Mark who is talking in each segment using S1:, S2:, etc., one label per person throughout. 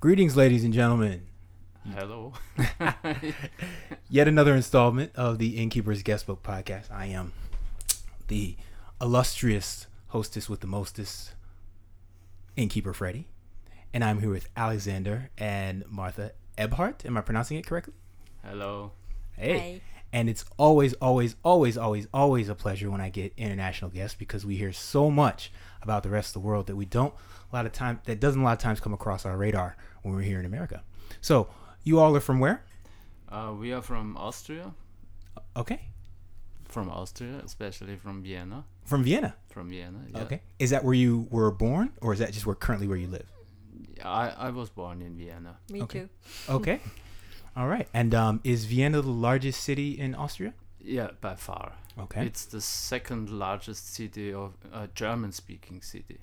S1: Greetings, ladies and gentlemen.
S2: Hello.
S1: Yet another installment of the Innkeeper's Guestbook podcast. I am the illustrious hostess with the mostest, Innkeeper Freddie. And I'm here with Alexander and Martha Ebhart. Am I pronouncing it correctly?
S2: Hello.
S1: Hey.
S3: Hi.
S1: And it's always, always, always, always, always a pleasure when I get international guests because we hear so much about the rest of the world that we don't a lot of time that doesn't a lot of times come across our radar when we're here in America. So you all are from where?
S2: Uh, we are from Austria,
S1: Okay,
S2: from Austria, especially from Vienna.
S1: from Vienna.
S2: From Vienna. yeah.
S1: Okay, is that where you were born, or is that just where currently where you live?
S2: I, I was born in Vienna.
S3: Me
S1: Okay.
S3: too.
S1: Okay, all right. And um, is Vienna the largest city in Austria?
S2: Yeah, by far.
S1: Okay,
S2: It's the second largest city of uh, German-speaking city.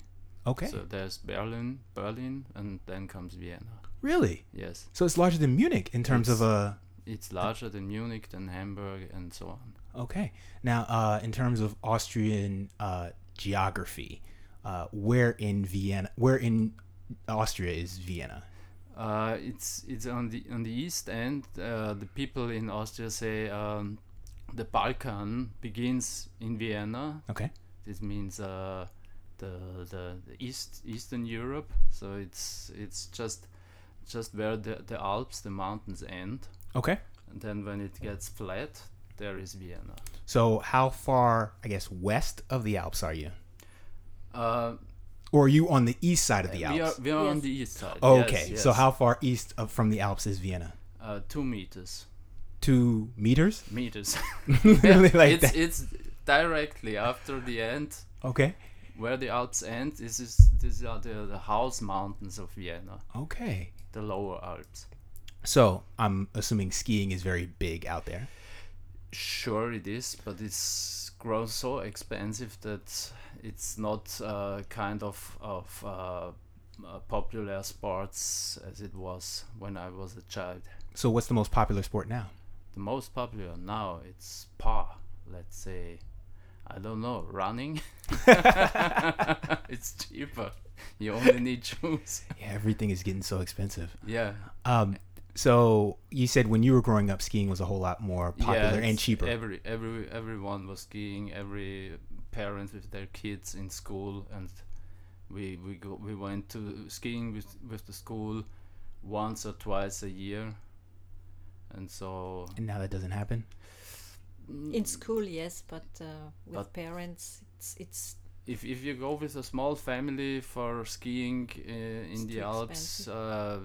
S1: okay,
S2: So there's Berlin, Berlin, and then comes Vienna.
S1: really.
S2: Yes,
S1: So it's larger than Munich in terms of
S2: It's-
S1: uh
S2: it's larger than Munich, than Hamburg, and so on.
S1: Okay. Now, uh, in terms of Austrian uh, geography, uh, where in Vienna, where in Austria is Vienna?
S2: Uh, it's it's on the on the east end. Uh, the people in Austria say um, the Balkan begins in Vienna.
S1: Okay.
S2: This means uh, the, the the east Eastern Europe. So it's it's just just where the, the Alps, the mountains end,
S1: Okay.
S2: and then when it gets flat, there is Vienna.
S1: So, how far, I guess, west of the Alps are you?
S2: Uh,
S1: Or are you on the east side of the
S2: we are
S1: Alps?
S2: we are on
S3: Yes.
S2: the east side.
S1: okay.
S2: Yes,
S1: So,
S2: yes.
S1: how far east of, from the Alps is Vienna?
S2: Uh, two meters.
S1: Two meters?
S2: Meters.
S1: really like
S2: it's
S1: that?
S2: it's directly after the end
S1: Okay.
S2: where the Alps end. This is these are the, the house mountains of Vienna,
S1: Okay.
S2: the Lower Alps.
S1: So, I'm assuming skiing is very big out there.
S2: Sure, it is, but it's grown so expensive that it's not uh, kind of of uh, uh, popular sports as it was when I was a child.
S1: So, what's the most popular sport now?
S2: The most popular now it's par. Let's say, I don't know, running. it's cheaper. You only need shoes.
S1: Yeah, everything is getting so expensive.
S2: Yeah.
S1: Um, so you said when you were growing up, skiing was a whole lot more popular
S2: it's
S1: and cheaper.
S2: Every every everyone was skiing. Every parent with their kids in school, and we we go we went to skiing with with the school once or twice a year, and so
S1: and now that doesn't happen.
S3: In school, yes, but uh, with
S2: But-
S3: parents, it's it's
S2: if if you go with a small family for skiing uh, in the
S3: too
S2: Alps,
S3: expensive.
S2: uh,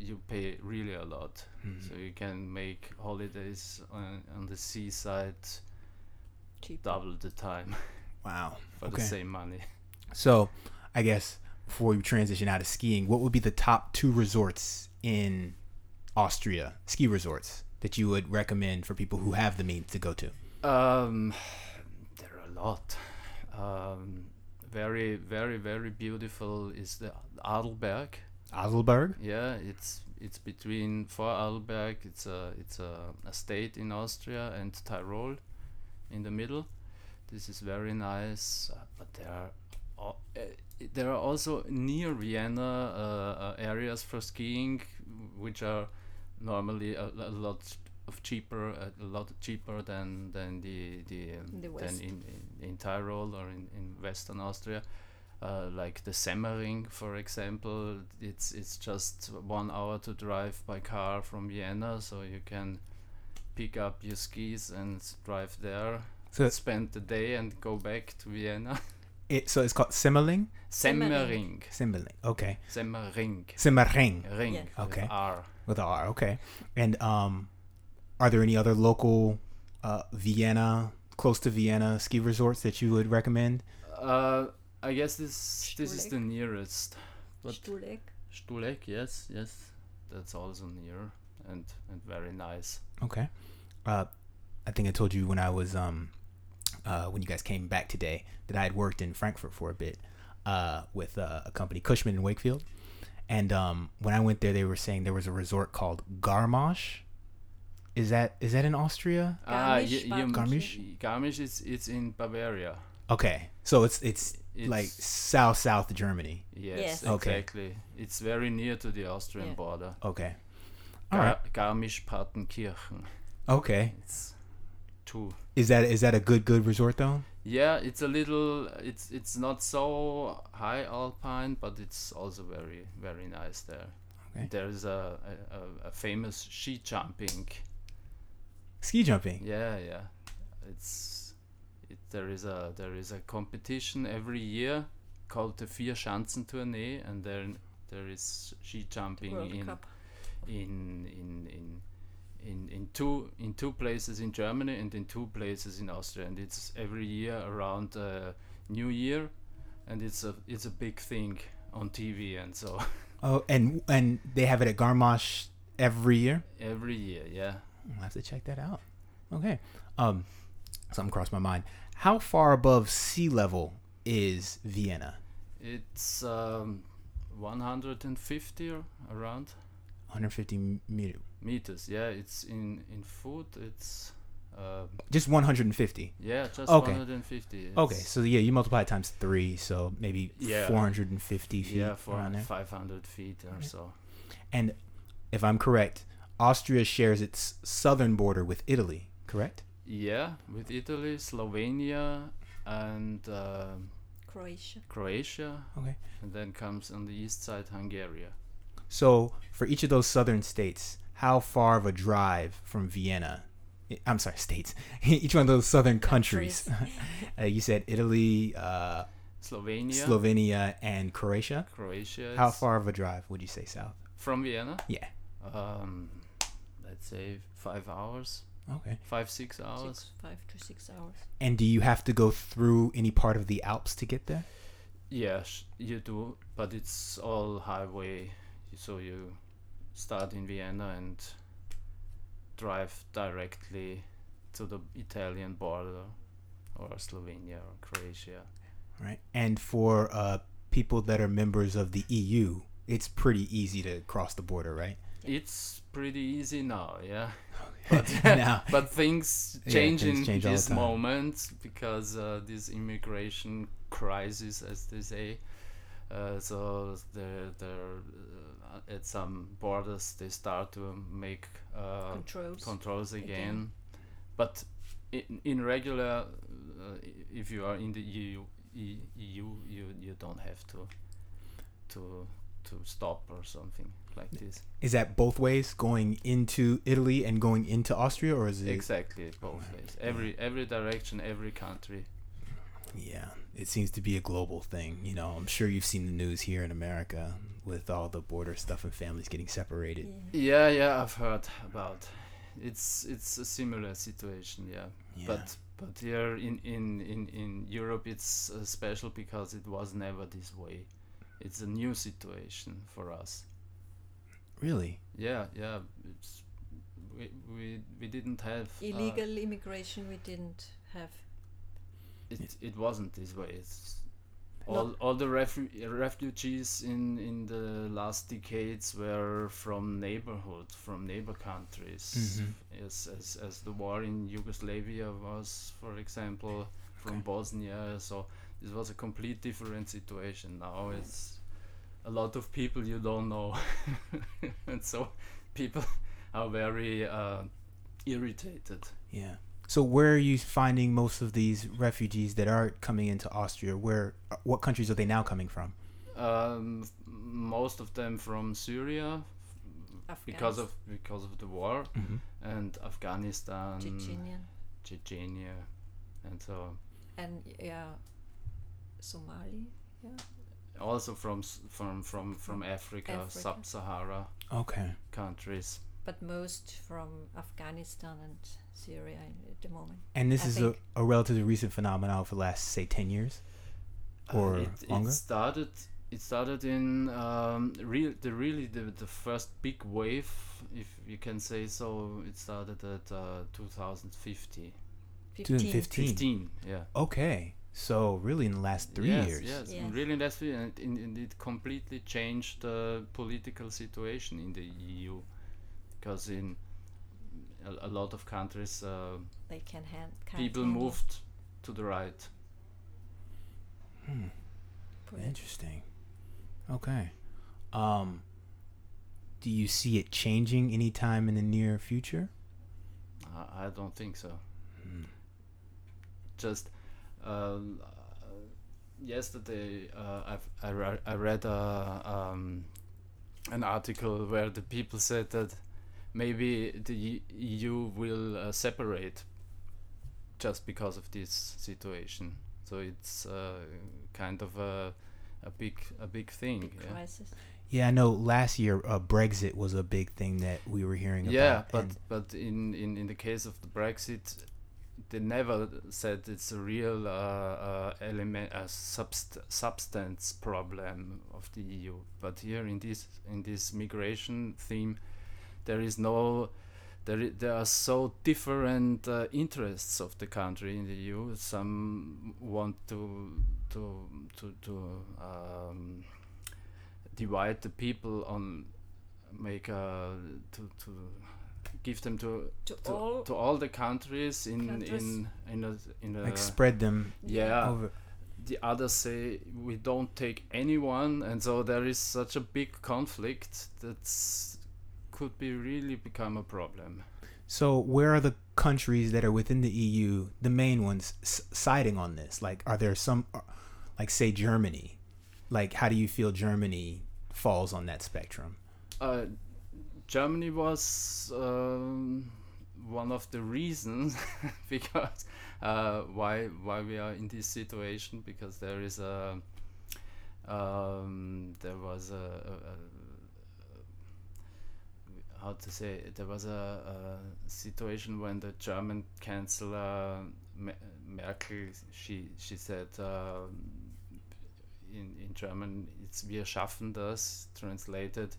S2: you pay really a lot.
S1: Mm-hmm.
S2: So you can make holidays on, on the seaside
S3: cheap.
S2: double the time
S1: Wow.
S2: for
S1: okay.
S2: the same money.
S1: So I guess before we transition out of skiing, what would be the top two resorts in Austria, ski resorts, that you would recommend for people who have the means to go to?
S2: Um, there are a lot. Um, very, very, very beautiful is the Adelberg.
S1: Adelberg?
S2: Yeah, it's it's between Vorarlberg. It's a it's a, a state in Austria and Tyrol, in the middle. This is very nice, uh, but there are. al- Uh, there are also near Vienna uh, uh, areas for skiing, which are normally a, a lot of cheaper, a lot cheaper than than the the, um,
S3: The
S2: than
S3: West.
S2: in, in, in Tyrol or in, in Western Austria. Uh, like the Semmering, for example, it's it's just one hour to drive by car from Vienna, so you can pick up your skis and drive there,
S1: So it's,
S2: spend the day, and go back to Vienna.
S1: it, so it's called Semmering?
S2: Semmering,
S3: Semmering.
S1: Semmering. Okay.
S2: Semmering,
S1: Semmering
S2: uh, ring.
S3: Yeah.
S2: with
S1: Okay.
S2: R.
S1: with a R. Okay. And um, are there any other local uh, Vienna, close to Vienna ski resorts that you would recommend?
S2: Uh, I guess this this is
S3: Stulek.
S2: the nearest. But
S3: Stulek.
S2: Stulek, yes, yes, that's also near and and very nice.
S1: Okay. Uh, I think I told you when I was um, uh, when you guys came back today that I had worked in Frankfurt for a bit uh, with uh, a company Cushman and Wakefield, and um, when I went there, they were saying there was a resort called Garmasch. Is that is that in Austria?
S2: Ah,
S3: Garmisch
S2: you- you-
S3: Partenkirchen.
S1: Garmisch?
S2: Garmisch is it's in Bavaria.
S1: Okay, so it's it's, like
S2: It's-
S1: south south Germany.
S2: Yes,
S3: Yes.
S1: Okay.
S2: exactly. It's very near to the Austrian
S3: Yeah.
S2: border.
S1: Okay. All right.
S2: Gar- Garmisch-Partenkirchen.
S1: Okay.
S2: It's two.
S1: Is that is that a good good resort though?
S2: Yeah, it's a little. It's it's not so high alpine, but it's also very very nice there.
S1: Okay.
S2: There is a, a- a a famous ski jumping.
S1: Ski jumping.
S2: Yeah, yeah. It's it, there is a there is a competition every year called the Vier Schanzen Tournee, and then there is ski jumping
S3: World
S2: in
S3: Cup.
S2: in in in in in two in two places in Germany and in two places in Austria, and it's every year around uh, New Year, and it's a it's a big thing on TV, and so
S1: Oh, and and they have it at Garmash every year.
S2: every year, yeah.
S1: I'll have to check that out. Okay. Um, something crossed my mind. How far above sea level is Vienna?
S2: It's um, 150 or around
S1: 150 meter.
S2: meters, yeah. It's in in foot. It's um,
S1: Just 150.
S2: yeah, just
S1: Okay.
S2: 150. It's,
S1: Okay, so yeah, you multiply it times three, so maybe
S2: Yeah.
S1: 450 feet
S2: yeah,
S1: around
S2: for
S1: there.
S2: 500 feet or so.
S1: And if I'm correct, Austria shares its southern border with Italy, correct?
S2: Yeah, with Italy, Slovenia, and uh,
S3: Croatia.
S2: Croatia,
S1: Okay.
S2: and then comes on the east side Hungary.
S1: So for each of those southern states, how far of a drive from Vienna? I- I'm sorry, states. each one of those southern countries. uh, you said Italy, uh,
S2: Slovenia,
S1: Slovenia, and Croatia.
S2: Croatia.
S1: How
S2: it's
S1: far of a drive would you say south?
S2: from Vienna?
S1: Yeah.
S2: Um, let's say five hours,
S1: Okay.
S2: five six hours.
S3: Six, five to six hours.
S1: And do you have to go through any part of the Alps to get there?
S2: Yes, you do, but it's all highway, so you start in Vienna and drive directly to the Italian border or Slovenia or Croatia.
S1: Right. And for uh, people that are members of the EU, it's pretty easy to cross the border, right?
S2: It's pretty easy now, yeah.
S1: now,
S2: But things
S1: Yeah,
S2: change
S1: things
S2: in
S1: change all the
S2: this
S1: time.
S2: moment because uh, this immigration crisis, as they say. Uh, so there, there, uh, at some borders they start to make uh,
S3: Controls.
S2: controls again.
S3: again.
S2: But in, in regular, uh, i- if you are in the EU, E- EU, you you don't have to to to stop or something like this.
S1: is that both ways, going into Italy and going into Austria, or is it?
S2: Exactly both ways. Every every direction, every country.
S1: yeah, it seems to be a global thing. You know, I'm sure you've seen the news here in America with all the border stuff and families getting separated.
S3: Yeah.
S2: Yeah, yeah, I've heard about. It's it's a similar situation. Yeah.
S1: Yeah.
S2: But but here in, in, in, in Europe it's uh, special because it was never this way. It's a new situation for us.
S1: really,
S2: Yeah, yeah. It's, we, we, we didn't have uh,
S3: Illegal immigration we didn't have.
S2: it, it wasn't this way. It's
S3: No.
S2: all, all the refu- refugees in, in the last decades were from neighborhood, from neighbor
S1: Mm-hmm.
S2: countries. As, as, as the war in Yugoslavia was, for example, from
S1: Okay.
S2: Bosnia. So it was a complete different situation. Now it's a lot of people you don't know. and so people are very uh, irritated.
S1: yeah. So where are you finding most of these refugees that are coming into Austria? Where, uh, what countries are they now coming from?
S2: Um, f- most of them from Syria because
S3: Afghans,
S2: of because of the war
S1: Mm-hmm.
S2: and Afghanistan,
S3: Chechenian
S2: Chechnya, and so
S3: and yeah, Somali.
S2: also from s- from from from Africa,
S3: Africa.
S2: sub-Sahara
S1: Okay.
S2: countries.
S3: but most from Afghanistan and Syria in- at the moment.
S1: And this
S3: I
S1: is a,
S3: think.
S1: a relatively recent phenomenon for the last, say, 10 years?
S2: Uh,
S1: Or
S2: it,
S1: longer?
S2: it started. It started in um, real the really the, the first big wave, if you can say so. It started at uh, 2050,
S1: 2015.
S2: 15, yeah.
S1: Okay. So, really, in the last three
S2: yes,
S1: years.
S2: Yes,
S3: Yes.
S2: really that's three, and, it- and it completely changed the political situation in the EU, because in a, a lot of countries uh,
S3: They can hand. Can't
S2: people
S3: handle.
S2: moved to the right,
S1: Hmm.
S3: Put it-
S1: Interesting. Okay. Um, do you see it changing anytime in the near future?
S2: I, I don't think so.
S1: Hmm.
S2: Just um, uh, yesterday, uh, I've, I, re- I read uh, um, an article where the people said that maybe the EU will uh, separate just because of this situation. So it's uh, kind of a, a big a big thing.
S3: big
S2: yeah.
S3: crisis.
S1: Yeah, I know. Last year, uh, Brexit was a big thing that we were hearing
S2: yeah,
S1: about.
S2: but
S1: and-
S2: but in, in in the case of the Brexit, they never said it's a real uh, uh, element, a subst- substance problem of the EU. But here in this in this migration theme, there is no. There, i- there are so different uh, interests of the country in the EU. Some want to to to to um, divide the people on make a, to to give them to
S3: To,
S2: to
S3: all
S2: to all the countries in
S3: Countries.
S2: in in a, in a
S1: like spread them
S2: uh, yeah
S1: over.
S2: the others say we don't take anyone and so there is such a big conflict that's could be really become a problem
S1: So, where are the countries that are within the EU, the main ones, s- siding on this? Like, are there some, uh, like, say Germany? Like, how do you feel Germany falls on that spectrum?
S2: uh, Germany was um, one of the reasons because uh, why why we are in this situation because there is a um, there was a, a, a how to say it, there was a, a situation when the German Chancellor Me- Merkel she she said. um in, in German, it's wir schaffen das, translated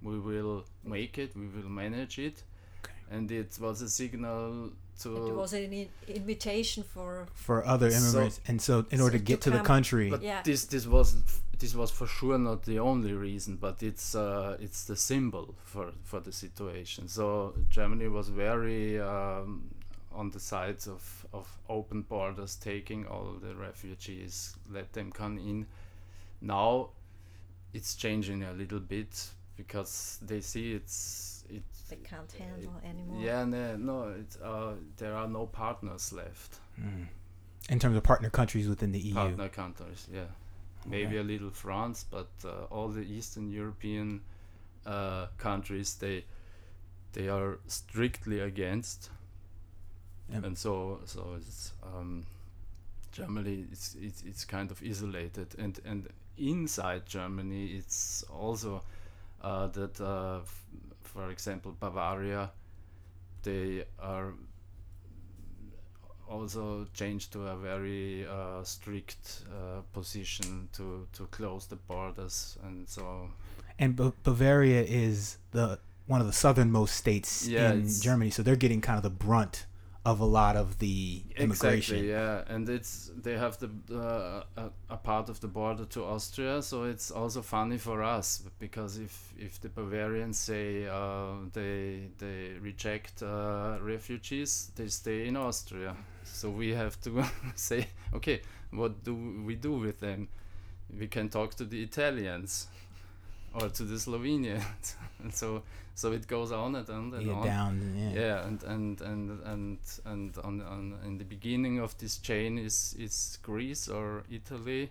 S2: we will make it, we will manage it.
S1: Okay.
S2: And it was a signal to.
S3: it was an in- invitation for
S1: For other
S2: So-
S1: immigrants, and so in
S3: So
S1: order to
S3: to
S1: get to the
S3: come-
S1: country,
S2: but
S3: Yeah.
S2: this this was this was for sure not the only reason, but it's uh, it's the symbol for for the situation. So Germany was very um, on the sides of of open borders, taking all the refugees, let them come in. Now it's changing a little bit because they see it's it's
S3: they can't handle anymore.
S2: Uh, Yeah, no, no it's, uh, there are no partners left.
S1: Mm. in terms of partner countries within the E EU,
S2: Partner countries, yeah.
S1: Okay.
S2: Maybe a little France, but uh, all the Eastern European uh, countries, they they are strictly against,
S1: Yep.
S2: and so so it's um, Germany. It's, it's it's kind of isolated, and and inside Germany, it's also uh, that, uh, f- for example, Bavaria, they are also changed to a very uh, strict uh, position to, to close the borders, and so
S1: and B- Bavaria is the one of the southernmost states
S2: Yeah,
S1: in
S2: it's-
S1: Germany, so they're getting kind of the brunt of a lot of the immigration.
S2: Exactly, yeah, and it's they have the uh, a, a part of the border to Austria, so it's also funny for us because if if the Bavarians say uh, they they reject uh, refugees, they stay in Austria. So we have to say, okay, what do we do with them? We can talk to the Italians or to the Slovenians, and so so it goes on and on and
S1: Yeah,
S2: on
S1: down. Yeah.
S2: yeah and and and and and on, on in the beginning of this chain is is greece or italy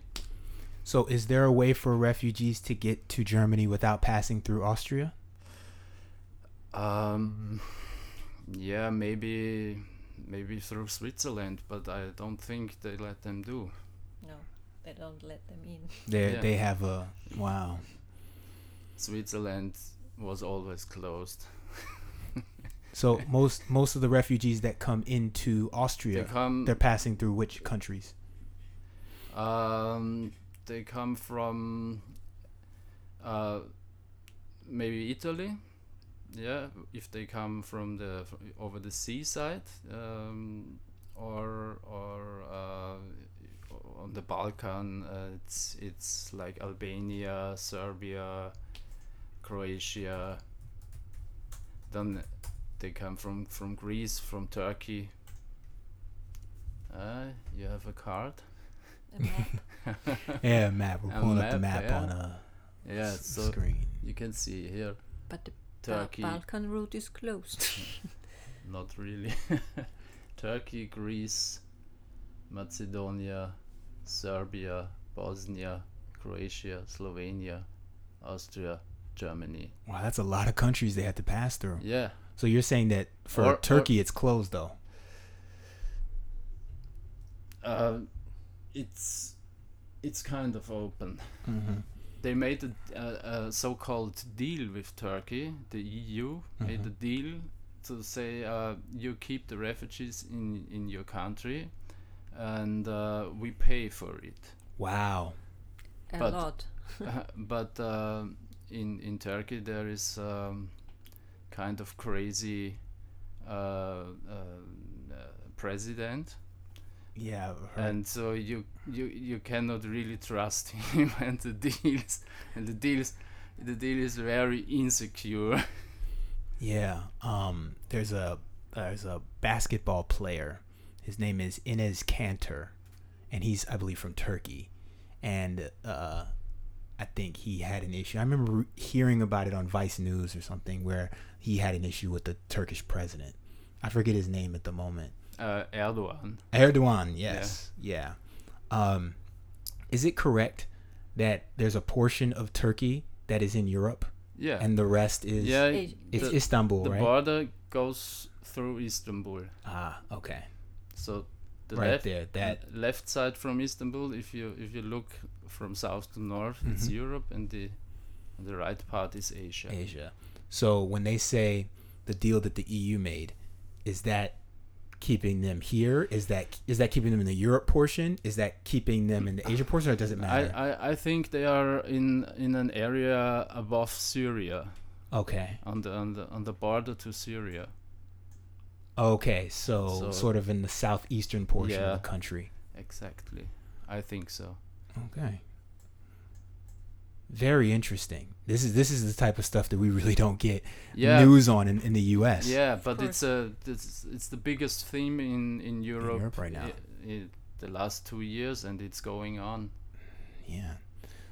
S1: So, is there a way for refugees to get to Germany without passing through Austria?
S2: um yeah maybe maybe through switzerland but i don't think they let them do
S3: No, they don't let them in.
S1: They
S2: Yeah.
S1: they have a wow.
S2: switzerland was always closed
S1: So most most of the refugees that come into Austria,
S2: they come
S1: they're passing through which countries?
S2: um they come from uh maybe italy yeah if they come from the f- over the seaside um, or or uh, on the Balkan uh, it's it's like Albania Serbia Croatia then they come from from Greece from Turkey uh, you have a card
S3: a map.
S1: Yeah, map. We're
S2: A
S1: pulling up the
S2: map,
S1: map
S2: yeah.
S1: on a
S2: yeah,
S1: s-
S2: so
S1: screen.
S2: you can see here
S3: but the Ba-
S2: Turkey,
S3: Balkan route is closed.
S2: not really. Turkey, Greece, Macedonia, Serbia, Bosnia, Croatia, Slovenia, Austria, Germany.
S1: Wow, that's a lot of countries they had to pass through.
S2: Yeah,
S1: So you're saying that for
S2: Or- or-
S1: Turkey, it's closed though.
S2: um, it's it's kind of open.
S1: Mm-hmm.
S2: they made a, a, a so-called deal with Turkey. The EU made a deal to say uh, you keep the refugees in in your country, and uh, we pay for it.
S1: Wow.
S3: a
S2: But-
S3: lot.
S2: but uh, in in Turkey there is um, kind of crazy uh, uh, uh, president,
S1: Yeah. I've heard-
S2: and so you you you cannot really trust him and the deals and the deals the deal is very insecure
S1: Yeah. Um. There's a there's a basketball player. His name is Inez Cantor, and he's I believe from Turkey, and uh, I think he had an issue. I remember re- hearing about it on Vice News or something where he had an issue with the Turkish president. I forget his name at the moment.
S2: uh, Erdogan.
S1: Erdogan. Yes. Yeah. Um, is it correct that there's a portion of Turkey that is in Europe
S2: Yeah.
S1: and the rest is
S2: yeah.
S3: Is-
S1: it's
S2: the,
S1: Istanbul,
S2: the
S1: right?
S2: border goes through Istanbul.
S1: Ah, okay.
S2: So the
S1: right
S2: left
S1: there. That
S2: left side from Istanbul if you if you look from south to north it's
S1: Mhm.
S2: Europe and the the right part is Asia.
S1: Asia. So when they say the deal that the EU made, is that keeping them here? Is that is that keeping them in the Europe portion? Is that keeping them in the Asia portion, or does it
S2: Mm, I,
S1: matter?
S2: I, I think they are in in an area above Syria
S1: okay.
S2: on the on the on the border to Syria.
S1: Okay. So,
S2: So-
S1: sort of in the southeastern portion
S2: Yeah.
S1: of the country.
S2: Exactly. I think so.
S1: Okay. Very interesting. This is this is the type of stuff that we really don't get
S2: Yeah.
S1: news on in, in the U.S.
S2: Yeah, but
S3: course.
S2: it's a it's, it's the biggest theme in in Europe,
S1: Europe right now.
S2: i- i- the last two years, and it's going on.
S1: Yeah.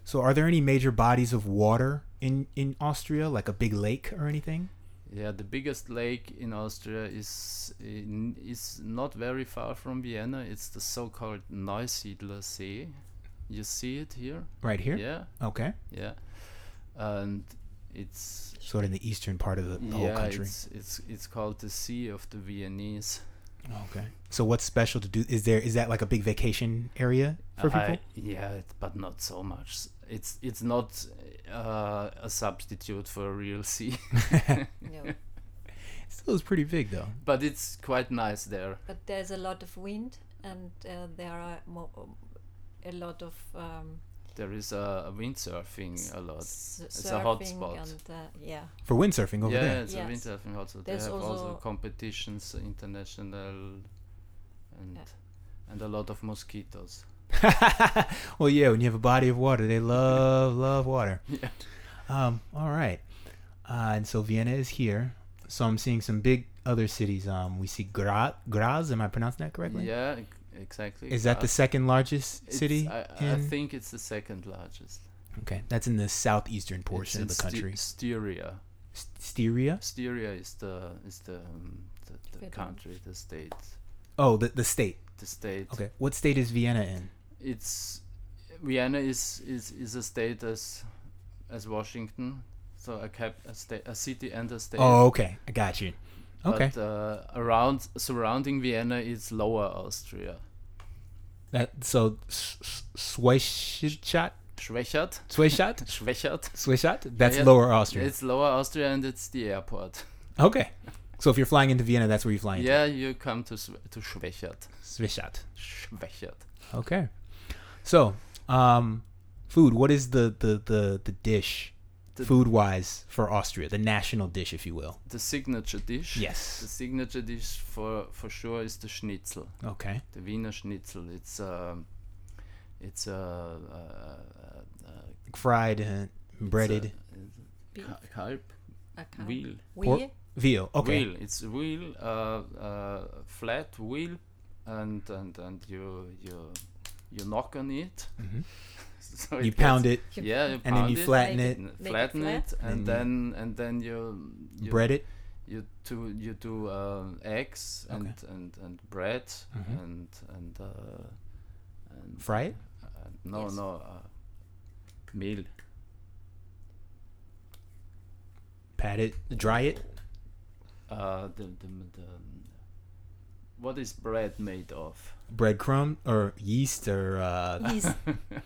S1: So, are there any major bodies of water in in Austria, like a big lake or anything?
S2: Yeah, the biggest lake in Austria is in, is not very far from Vienna. It's the so-called Neusiedler See. You see it here?
S1: Right here.
S2: Yeah,
S1: Okay.
S2: yeah, and it's
S1: Sort of in the eastern part of the, the whole
S2: yeah,
S1: country.
S2: it's it's it's called the Sea of the Viennese.
S1: Okay. So, what's special to do? Is there is that like a big vacation area for people?
S2: I- yeah, it, but not so much. S- It's it's not uh, a substitute for a real sea,
S3: no,
S1: Still, it's pretty big though.
S2: but it's quite nice there.
S3: but there's a lot of wind, and uh, there are mo- a lot of um,
S2: There is a, a windsurfing a lot.
S3: s-
S2: It's a hot
S3: surfing
S2: spot.
S3: and uh, yeah,
S1: For windsurfing over
S2: yeah,
S1: there.
S2: it's
S3: Yes.
S2: a windsurfing also.
S3: There's
S2: they have also,
S3: also-
S2: competitions, international, and and a lot of mosquitoes.
S1: well, yeah. When you have a body of water, they love love water.
S2: Yeah.
S1: Um. All right. Uh, and so Vienna is here. So I'm seeing some big other cities. Um, we see Gra- Graz. Am I pronouncing that correctly?
S2: Yeah, e- exactly.
S1: Is that the
S2: Graz.
S1: second largest
S2: It's-
S1: city?
S2: I, I
S1: in-
S2: think it's the second largest.
S1: Okay, that's in the southeastern portion
S2: It's
S1: of the
S2: in Sti-
S1: country.
S2: Styria.
S1: S- Styria?
S2: Styria is the is the um, the, the
S3: Federal.
S2: country, the state,
S1: Oh, the, the state.
S2: the state.
S1: Okay, what state is Vienna in?
S2: It's Vienna is is is a state as as Washington, so a cap a state a city and a state.
S1: Oh, okay, I got you. Okay,
S2: But uh, around surrounding Vienna is Lower Austria.
S1: that so S- S- Schwechat,
S2: Schwächert,
S1: Schwechat,
S2: Schwächert.
S1: Schwechat. That's
S2: Yeah.
S1: Lower Austria.
S2: It's Lower Austria and it's the airport.
S1: Okay, so if you're flying into Vienna, that's where you fly into.
S2: Yeah, you come to Sw- to Schwächert.
S1: Schwechat.
S2: Schwächert.
S1: Okay, so um, food. What is the the the the dish,
S2: The-
S1: food wise for Austria? The national dish, if you will.
S2: The signature dish. The
S1: Yes.
S2: signature dish for for sure is the Schnitzel.
S1: Okay.
S2: the Wiener Schnitzel. It's um, it's a uh, uh, uh,
S1: Fried, uh, breaded.
S3: Beef.
S2: kalb
S3: I can't.
S2: wheel.
S1: Pork?
S3: We-
S1: Veal. Okay.
S2: Wheel. It's a wheel. Uh, uh, flat wheel, and and and you you you knock on it.
S1: Mhm.
S2: so
S1: You
S2: gets-
S1: pound it,
S2: Yeah, you
S1: and then
S2: pound
S1: you
S2: it,
S1: flatten
S3: Make
S1: it,
S3: it-
S2: n-
S3: it
S2: flatten
S3: flat.
S2: it, and
S1: Then
S2: then and then you, you
S1: bread it.
S2: you do you do um, eggs
S1: Okay.
S2: and, and and bread
S1: Mhm.
S2: and and uh, and
S1: Fry it?
S2: Uh, no
S3: Yes.
S2: no uh, meal
S1: pat it, dry it.
S2: uh, the, the the what is bread made of?
S1: breadcrumb or yeast or uh,
S3: yeast.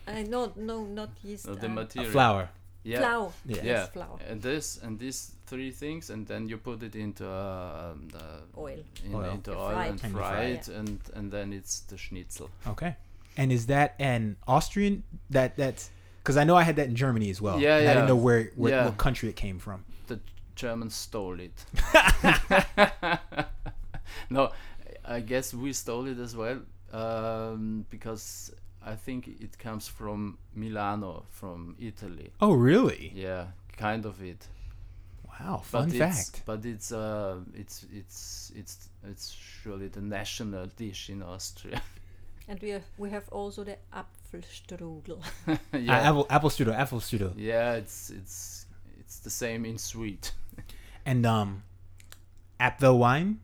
S3: uh, no, no, not yeast.
S2: No, the
S3: uh,
S1: a
S2: material.
S1: flour.
S2: Yeah.
S3: Flour.
S1: Yeah.
S2: Yeah.
S3: Yes, flour.
S2: And this and these three things, and then you put it into uh, um, the
S3: Oil.
S2: in,
S1: Oil.
S2: into
S3: And
S2: oil
S3: fried.
S2: and
S1: And
S2: fry
S3: fry.
S2: it, and and then it's the schnitzel.
S1: Okay. And is that an Austrian that that's because I know I had that in Germany as well.
S2: Yeah,
S1: and I
S2: yeah.
S1: didn't know where, where
S2: Yeah.
S1: what country it came from.
S2: The Germans stole it. no, I guess we stole it as well um, because I think it comes from Milano, from Italy.
S1: Oh, really?
S2: Yeah, kind of it.
S1: Wow, fun
S2: it's-
S1: fact.
S2: But it's uh, it's it's it's it's surely the national dish in Austria.
S3: And we have, we have also the Apfelstrudel.
S1: Uh,
S2: yeah,
S1: apple apple strudel, apple strudel,
S2: yeah, it's it's it's the same in sweet.
S1: and um, Apfelwein.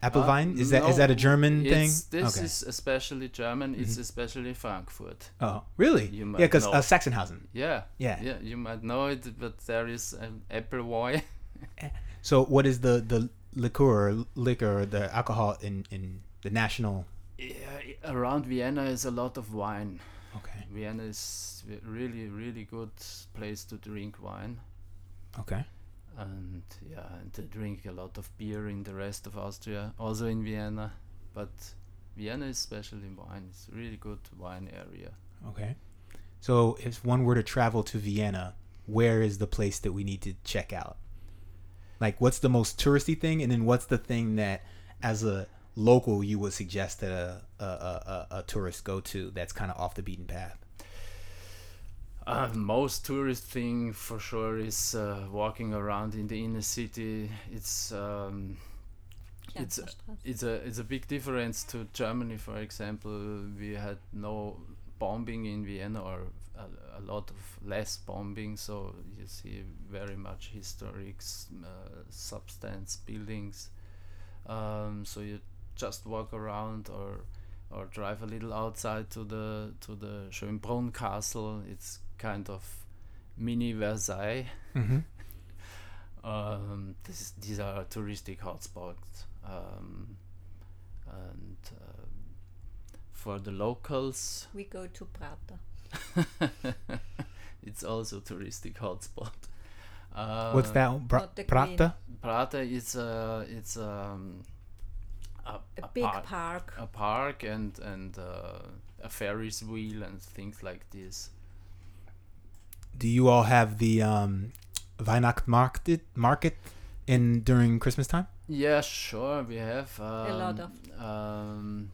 S1: Applevine is that is that a German thing?
S2: Uh,
S1: Mm-hmm.
S2: It's- This is especially German. It's especially Frankfurt.
S1: oh, really?
S2: You
S1: Yeah,
S2: might
S1: because
S2: know.
S1: uh, Sachsenhausen.
S2: Yeah,
S1: Yeah.
S2: yeah. You might know it, but there is an apple wine.
S1: So what is the the liqueur, or liquor, or the alcohol in in the national?
S2: Yeah, i- around Vienna is a lot of wine.
S1: Okay.
S2: Vienna is a really, really good place to drink wine.
S1: Okay.
S2: and yeah, and they drink a lot of beer in the rest of Austria, also in Vienna, but Vienna is special in wine. It's a really good wine area.
S1: Okay. So if one were to travel to Vienna, where is the place that we need to check out? Like what's the most touristy thing and then what's the thing that as a local you would suggest that a a, a, a- a tourist go to that's kind of off the beaten path?
S2: Uh, most tourist thing for sure is uh, walking around in the inner city. It's um, It's a-
S3: Kärntnerstraße.
S2: it's a it's a big difference to Germany, for example. We had no bombing in Vienna, or a, a lot of less bombing. So you see very much historic s- uh, substance buildings. Um, so you just walk around or or drive a little outside to the to the Schönbrunn Castle. It's kind of mini Versailles.
S1: Mm-hmm.
S2: Um, this is, these are touristic hotspots, um, and um for the locals,
S3: we go to Prater.
S2: it's also touristic hotspot. Uh,
S1: what's that? one? Bra-
S3: Not the
S1: Prata?
S2: Prater is a it's um, a,
S3: A
S2: a
S3: big
S2: park, Oh.
S3: park.
S2: a park and and uh, a Ferris wheel and things like this.
S1: Do you all have the um Weihnachtsmarkt market in during Christmas time?
S2: Yeah, sure. We have um,
S3: A lot
S2: Um,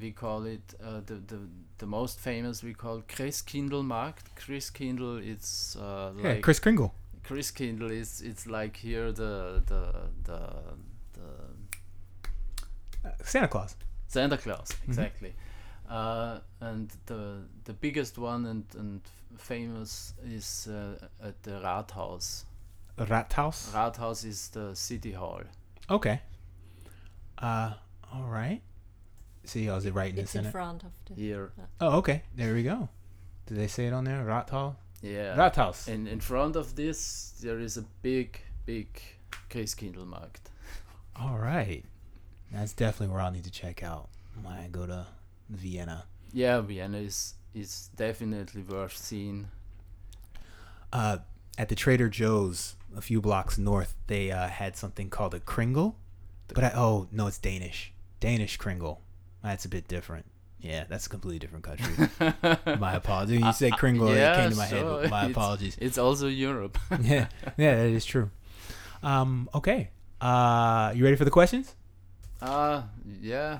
S2: we call it uh, the, the the most famous. We call Christkindlmarkt. Christkindl. It's uh, like
S1: yeah, Chris Kringle.
S2: Christkindl is it's like here the the the, the
S1: Uh, Santa Claus.
S2: Santa Claus,
S1: Mm-hmm.
S2: exactly. Uh, and the the biggest one and and famous is uh, at the Rathaus.
S1: Rathaus.
S2: Rathaus is the city hall.
S1: Okay. Uh, all right. See, I was right in the
S3: It's in
S1: center.
S3: front of the.
S2: Here,
S1: Oh, okay. There we go. Did they say it on there? Rathaus?
S2: yeah.
S1: Rathaus.
S2: And in front of this, there is a big, big Christkindlmarkt.
S1: All right. That's definitely where I'll need to check out when I go to Vienna.
S2: Yeah, Vienna is is definitely worth seeing.
S1: Uh, at the Trader Joe's, a few blocks north, they uh, had something called a Kringle. But I, oh, no, it's Danish. Danish Kringle. That's a bit different. Yeah, that's a completely different country. my apologies. You said Kringle, it came to my head.
S2: Uh, so
S1: but My
S2: it's-
S1: apologies.
S2: It's also Europe.
S1: yeah, yeah, that is true. Um, okay. Uh, you ready for the questions?
S2: Ah, yeah.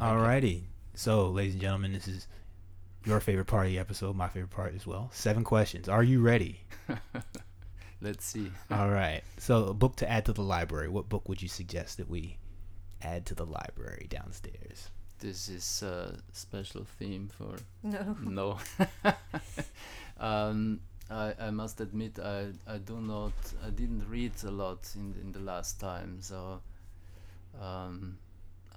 S1: Alrighty. So, ladies and gentlemen, this is your favorite part of the episode, my favorite part as well. Seven questions. Are you ready?
S2: Let's see.
S1: All right. So, a book to add to the library. What book would you suggest that we add to the library downstairs?
S2: this is a special theme for
S3: No.
S2: no. um, I, I must admit I, I do not I didn't read a lot in in the last time so um,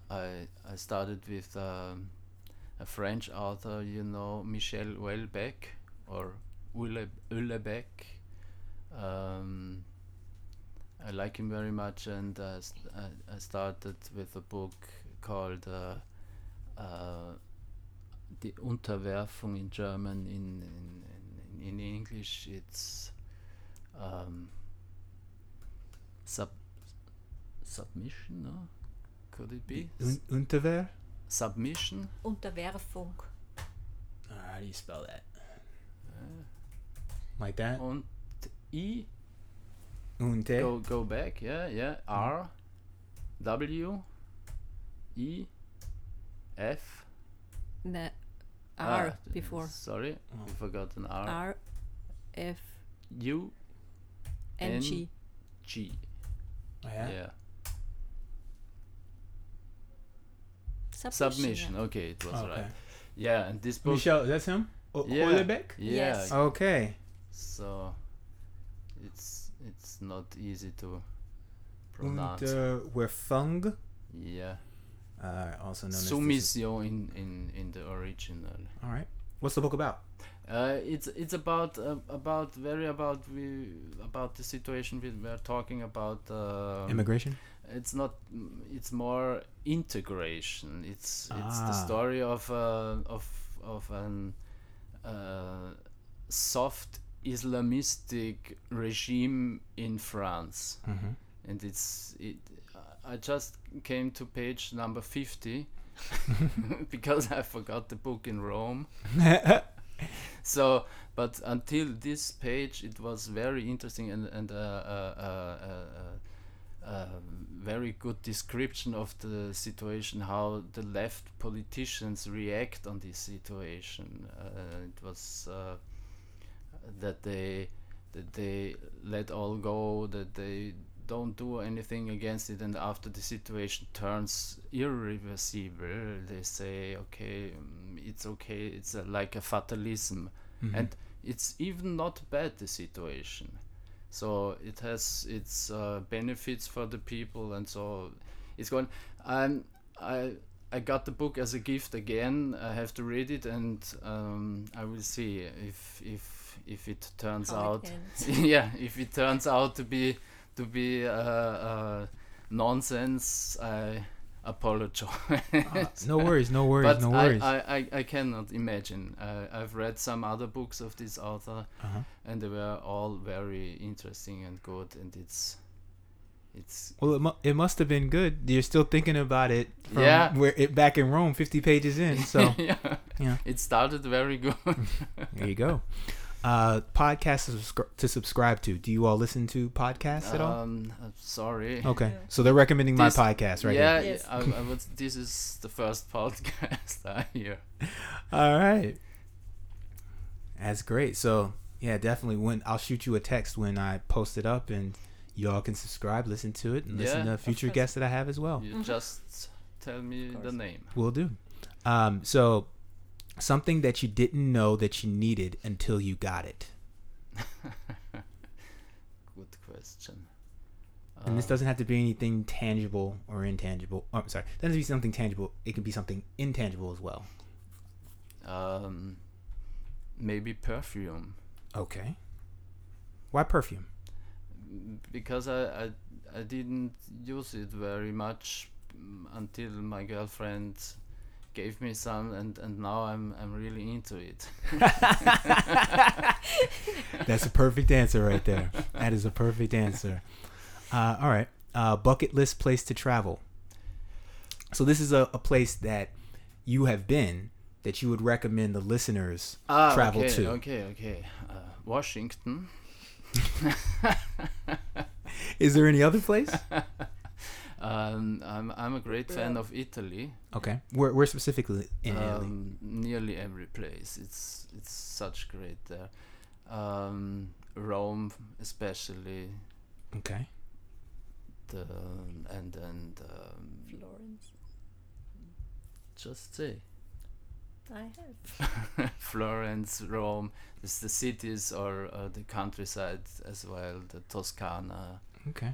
S2: I I started with um, a French author you know Michel Houellebecq or Houelle- Houellebecq. Um, I like him very much and uh, st- I, I started with a book called. Uh, uh, die Unterwerfung in German, in in, in, in English it's um, sub submission, no? Could it be S-
S1: Un- Unterwehr?
S2: submission?
S3: Unterwerfung.
S1: Uh, how do you spell that? Oh.
S2: Uh,
S1: Like that?
S2: und e
S1: Unter.
S2: go go back, yeah yeah
S1: Mm-hmm.
S2: r w e f
S3: Ne,
S2: Ah,
S3: R
S2: th-
S3: before.
S2: Sorry,
S1: Oh.
S2: we forgot an r
S3: R, F,
S2: u
S3: N,
S2: N.
S3: G.
S2: g
S1: Oh, yeah?
S2: yeah.
S3: Submission.
S2: Submission.
S3: yeah.
S2: Okay, it was
S1: okay.
S2: right. Yeah, and this book.
S1: Michel, that's him? O-
S2: Yeah.
S1: Houellebecq?
S2: Yeah.
S1: Uh,
S3: Yes.
S1: Okay.
S2: So it's it's not easy to pronounce.
S1: Unterwerfung,
S2: yeah.
S1: uh, also known as.
S2: Submission in, in in the original.
S1: All right. What's the book about?
S2: Uh, it's it's about uh, about very about we about the situation we were talking about. Uh,
S1: Immigration?
S2: it's not mm, it's more integration it's it's the
S1: Ah.
S2: story of uh, of of an uh, soft islamistic regime in france
S1: Mm-hmm.
S2: and it's it i just came to page number 50 because i forgot the book in rome so but until this page it was very interesting and and uh, uh, uh, uh, uh, very good description of the situation how the left politicians react on this situation uh, it was uh, that they that they let all go that they don't do anything against it and after the situation turns irreversible they say okay mm, it's okay it's a, like a fatalism
S1: Mm-hmm.
S2: and it's even not bad the situation so it has its uh, benefits for the people and so it's going i'm i i got the book as a gift again i have to read it and um, i will see if if if it turns
S3: How
S2: out
S3: it ends.
S2: yeah if it turns out to be to be uh, uh, nonsense i apologize
S1: Ah, no worries, no worries,
S2: but
S1: no
S2: I,
S1: worries.
S2: I, I, I cannot imagine. Uh, I've read some other books of this author,
S1: uh-huh.
S2: and they were all very interesting and good. And it's, it's
S1: Well, it, mu- it must have been good. You're still thinking about it from
S2: Yeah.
S1: where it back in Rome, 50 pages in. So
S2: yeah.
S1: Yeah.
S2: It started very good.
S1: there you go. Uh, podcast to, subscri- to subscribe to. Do you all listen to podcasts at all?
S2: um, I'm sorry.
S1: Okay,
S3: Yeah.
S1: so they're recommending my
S2: This-
S1: podcast Oh, right
S2: yeah,
S3: Yes.
S2: I, I was, this is the first podcast I hear.
S1: here. All right, that's great. So yeah, definitely. When I'll shoot you a text when I post it up, and y'all can subscribe, listen to it, and listen
S2: Yeah,
S1: to
S2: of
S1: future
S2: course.
S1: guests that I have as well.
S2: You
S3: Mhm.
S2: just tell me
S3: Of
S2: the
S3: course.
S2: name.
S1: Will do. Um, so something that you didn't know that you needed until you got it.
S2: Good question.
S1: And this
S2: Uh,
S1: doesn't have to be anything tangible or intangible. Oh, I'm sorry. It doesn't have to be something tangible. It can be something intangible as well.
S2: um, maybe perfume.
S1: Okay. Why perfume?
S2: because I, I I didn't use it very much mm, until my girlfriend gave me some and, and now I'm I'm really into it.
S1: That's a perfect answer right there. That is a perfect answer. Uh, all right. Uh, bucket list place to travel. So this is a, a place that you have been that you would recommend the listeners
S2: Ah,
S1: travel
S2: okay,
S1: to.
S2: Okay, okay. Uh, Washington.
S1: Is there any other place?
S2: Um, I'm I'm a great fan of Italy.
S1: Okay. Where, where specifically in Italy?
S2: um, Nearly every place. It's it's such great there. Um, Rome especially
S1: Okay.
S2: the and and um,
S3: Florence.
S2: Just say.
S3: I have.
S2: Florence, Rome, it's the cities or uh, the countryside as well, the Toscana.
S1: Okay.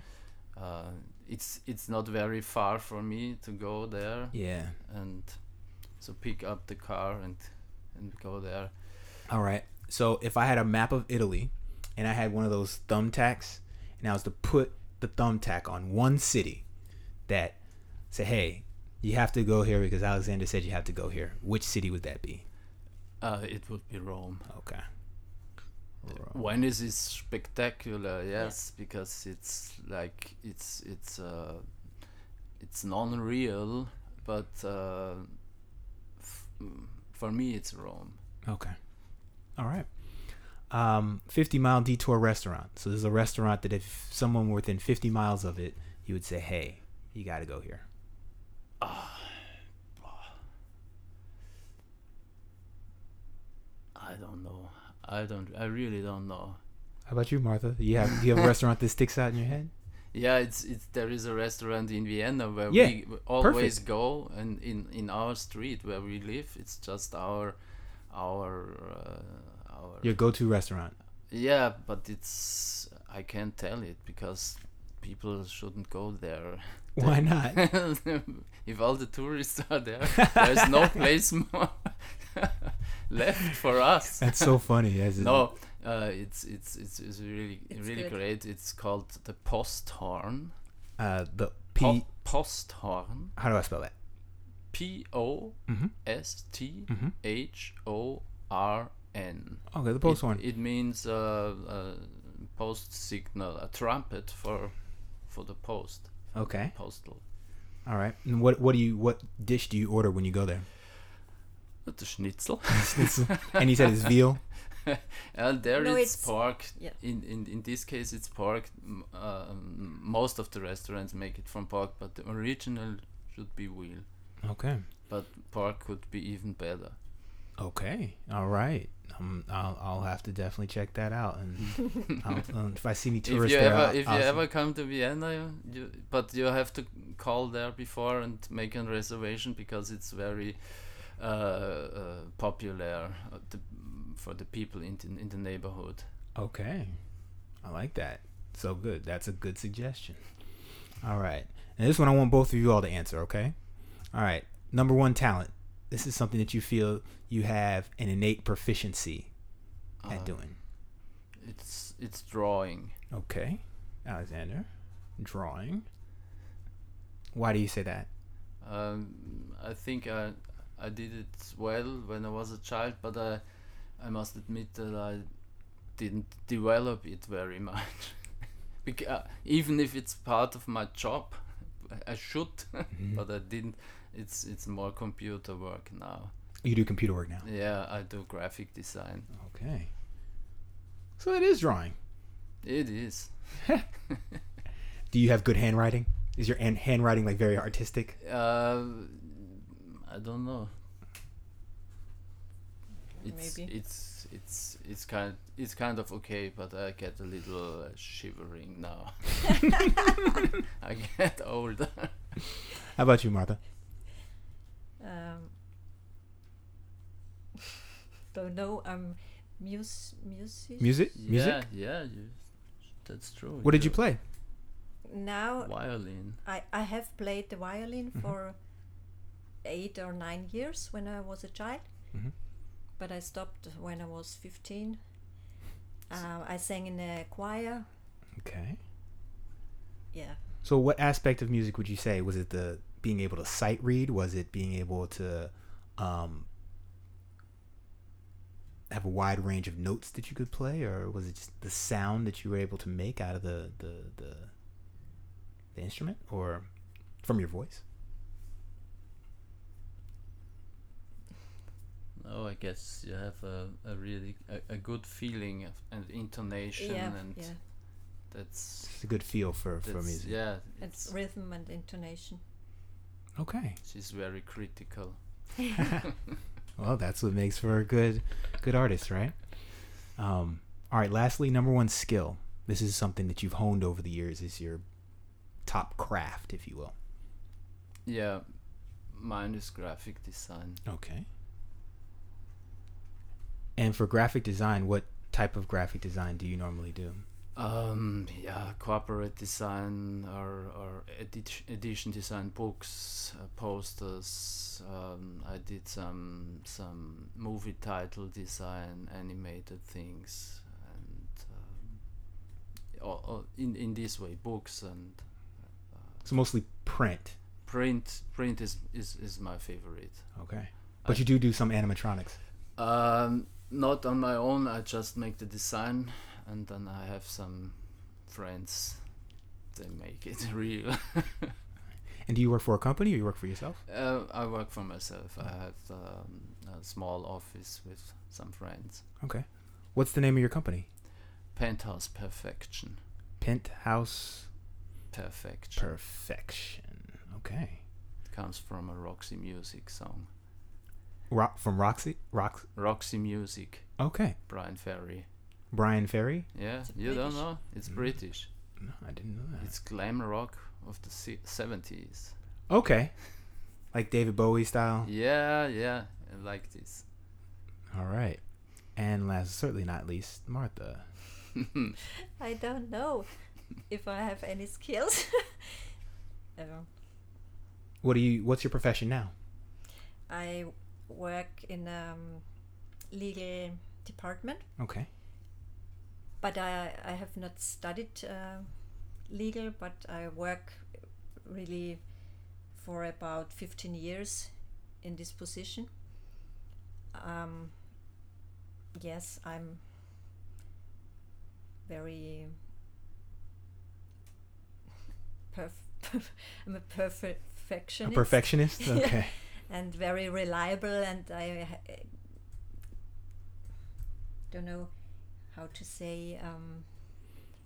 S2: Uh, it's it's not very far for me to go there,
S1: Yeah.
S2: and so pick up the car and and go there.
S1: All right. So if I had a map of Italy and I had one of those thumbtacks and I was to put the thumbtack on one city that say, hey, you have to go here because Alexander said you have to go here, which city would that be?
S2: Uh, it would be Rome.
S1: Okay. Ro-
S2: Venice is spectacular, yes, because it's like it's it's uh, it's non-real, but uh, f- mm, for me it's Rome.
S1: Okay. All right. Um, 50 mile detour restaurant. So there's a restaurant that if someone were within 50 miles of it, you would say, hey, you got to go here.
S2: I don't know. I don't. I really don't know.
S1: How about you, Martha? You have, do you have a restaurant that sticks out in your head?
S2: Yeah, it's it's there is a restaurant in Vienna where
S1: Yeah,
S2: we w- always go, and in in our street where we live, it's just our our uh, our
S1: Your go to restaurant.
S2: yeah. But it's I can't tell it because people shouldn't go there.
S1: Why not?
S2: if all the tourists are there, there's no place more left for us.
S1: That's so funny. As in-
S2: No, uh, it's it's it's it's really
S3: It's
S2: really
S3: good.
S2: great. It's called the Posthorn.
S1: Uh, the P.
S2: Po- Posthorn.
S1: How do I spell that?
S2: P O
S1: Mhm.
S2: S T
S1: Mhm.
S2: H O R N.
S1: Okay, the post one.
S2: It, it means uh, uh, post signal, a trumpet for for the post,
S1: Okay.
S2: postal.
S1: All right. And what what do you what dish do you order when you go there?
S2: Not the schnitzel.
S1: and you said it's veal.
S2: And there
S3: No,
S2: it's,
S3: it's-
S2: pork.
S3: yeah.
S2: In, in in this case, it's pork. M- Um, most of the restaurants make it from pork, but the original should be veal.
S1: Okay.
S2: But pork could be even better.
S1: Okay. All right. Um, I'll I'll have to definitely check that out. And I'll, um, if I see any
S2: If
S1: tourists
S2: you
S1: there, uh,
S2: ever
S1: I'll,
S2: if you
S1: I'll-
S2: ever come to Vienna, you, you, but you have to call there before and make a reservation because it's very uh, uh, popular uh, the, for the people in the, in the neighborhood.
S1: Okay. I like that. So good. That's a good suggestion. All right. And this one I want both of you all to answer, okay? All right. Number one talent. This is something that you feel you have an innate proficiency at
S2: Uh,
S1: doing.
S2: It's it's drawing.
S1: Okay. Alexander, drawing. Why do you say that?
S2: Um, I think I I did it well when I was a child, but I I must admit that I didn't develop it very much. Bec- uh, even if it's part of my job, I should,
S1: Mm-hmm.
S2: but I didn't. It's it's more computer work now.
S1: You do computer work now.
S2: Yeah, I do graphic design.
S1: Okay. So it is drawing.
S2: It is.
S1: Do you have good handwriting? Is your an- handwriting like very artistic?
S2: Uh, I don't know. It's,
S3: Maybe.
S2: it's it's it's kind it's kind of okay, but I get a little uh, shivering now. I get older.
S1: How about you, Martha?
S3: Um, don't know. I'm muse music.
S1: Music?
S2: Yeah,
S1: Music?
S2: yeah, you, that's true.
S1: What did you play?
S3: Now
S2: Violin.
S3: I I have played the violin for eight or nine years when I was a child,
S1: Mhm.
S3: but I stopped when I was fifteen. Uh, I sang in a choir.
S1: Okay.
S3: Yeah.
S1: So, what aspect of music would you say was it the being able to sight read? Was it being able to um, have a wide range of notes that you could play, or was it just the sound that you were able to make out of the the the, the instrument, or from your voice?
S2: Oh, I guess you have a, a really a, a good feeling of, and intonation,
S3: Yeah.
S2: and
S3: Yeah.
S2: that's
S1: It's a good feel for for
S2: that's
S1: music.
S2: yeah.
S3: It's
S2: It's,
S3: rhythm and intonation.
S1: Okay.
S2: she's very critical.
S1: Well, that's what makes for a good good artist, right? Um, all right. Lastly, number one skill. This is something that you've honed over the years. Is your top craft, if you will.
S2: Yeah, Mine is graphic design.
S1: Okay. And for graphic design, what type of graphic design do you normally do?
S2: Um, yeah, corporate design or, or edit- edition design books, uh, posters. Um, I did some some movie title design, animated things, and um, or, or in in this way, books and uh,
S1: It's mostly print.
S2: print. Print is is, is my favorite.
S1: Okay. But you do do some animatronics.
S2: Um, not on my own. I just make the design, and then I have some friends. They make it real.
S1: And do you work for a company or you work for yourself?
S2: uh, I work for myself. I have um, a small office with some friends.
S1: Okay. What's the name of your company?
S2: Penthouse Perfection.
S1: Penthouse
S2: Perfection.
S1: Perfection. Okay.
S2: It comes from a Roxy Music song.
S1: Ro- from Roxy? Rox.
S2: Roxy Music.
S1: Okay.
S2: Brian Ferry.
S1: Brian Ferry?
S2: Yeah,
S3: It's
S2: you don't
S3: British.
S2: know? It's
S1: Mm.
S2: British.
S1: No, I didn't know that.
S2: It's glam rock of the se- 70s.
S1: okay. Like David Bowie style?
S2: Yeah, yeah, I like this.
S1: All right. And last, certainly not least, Martha.
S3: I don't know if I have any skills. um,
S1: What do you? What's your profession now?
S3: I work in um, legal department,
S1: Okay.
S3: but I, I have not studied uh, legal, but I work really for about 15 years in this position. Um, yes, I'm very perf- I'm a
S1: A
S3: perfectionist
S1: perfectionist.
S3: Yeah.
S1: Okay.
S3: and very reliable and i ha- don't know how to say um,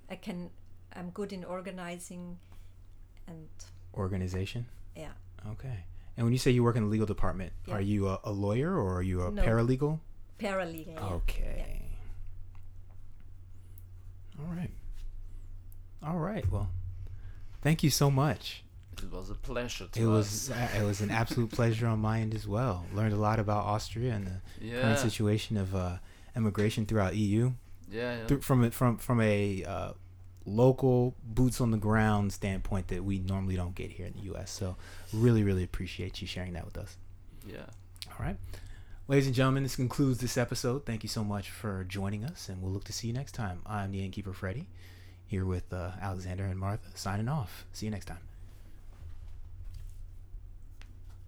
S3: i can i'm good in organizing and
S1: Organization.
S3: Yeah.
S1: Okay. And when you say you work in the legal department,
S3: Yeah.
S1: are you a, a lawyer or are you a
S3: No.
S1: paralegal?
S3: paralegal yeah.
S1: Okay. All right. All right. Well, thank you so much.
S2: It was a pleasure to
S1: It
S2: us.
S1: was uh, it was an absolute pleasure on my end as well. Learned a lot about Austria and the
S2: yeah,
S1: current situation of uh, immigration throughout E EU.
S2: yeah, yeah.
S1: through, from a- from from a uh, local boots on the ground standpoint that we normally don't get here in the U.S. So really, really appreciate you sharing that with us.
S2: yeah.
S1: All right, ladies and gentlemen, this concludes this episode. Thank you so much for joining us, and we'll look to see you next time. I'm the innkeeper Freddie, here with uh, Alexander and Martha. Signing off. See you next time.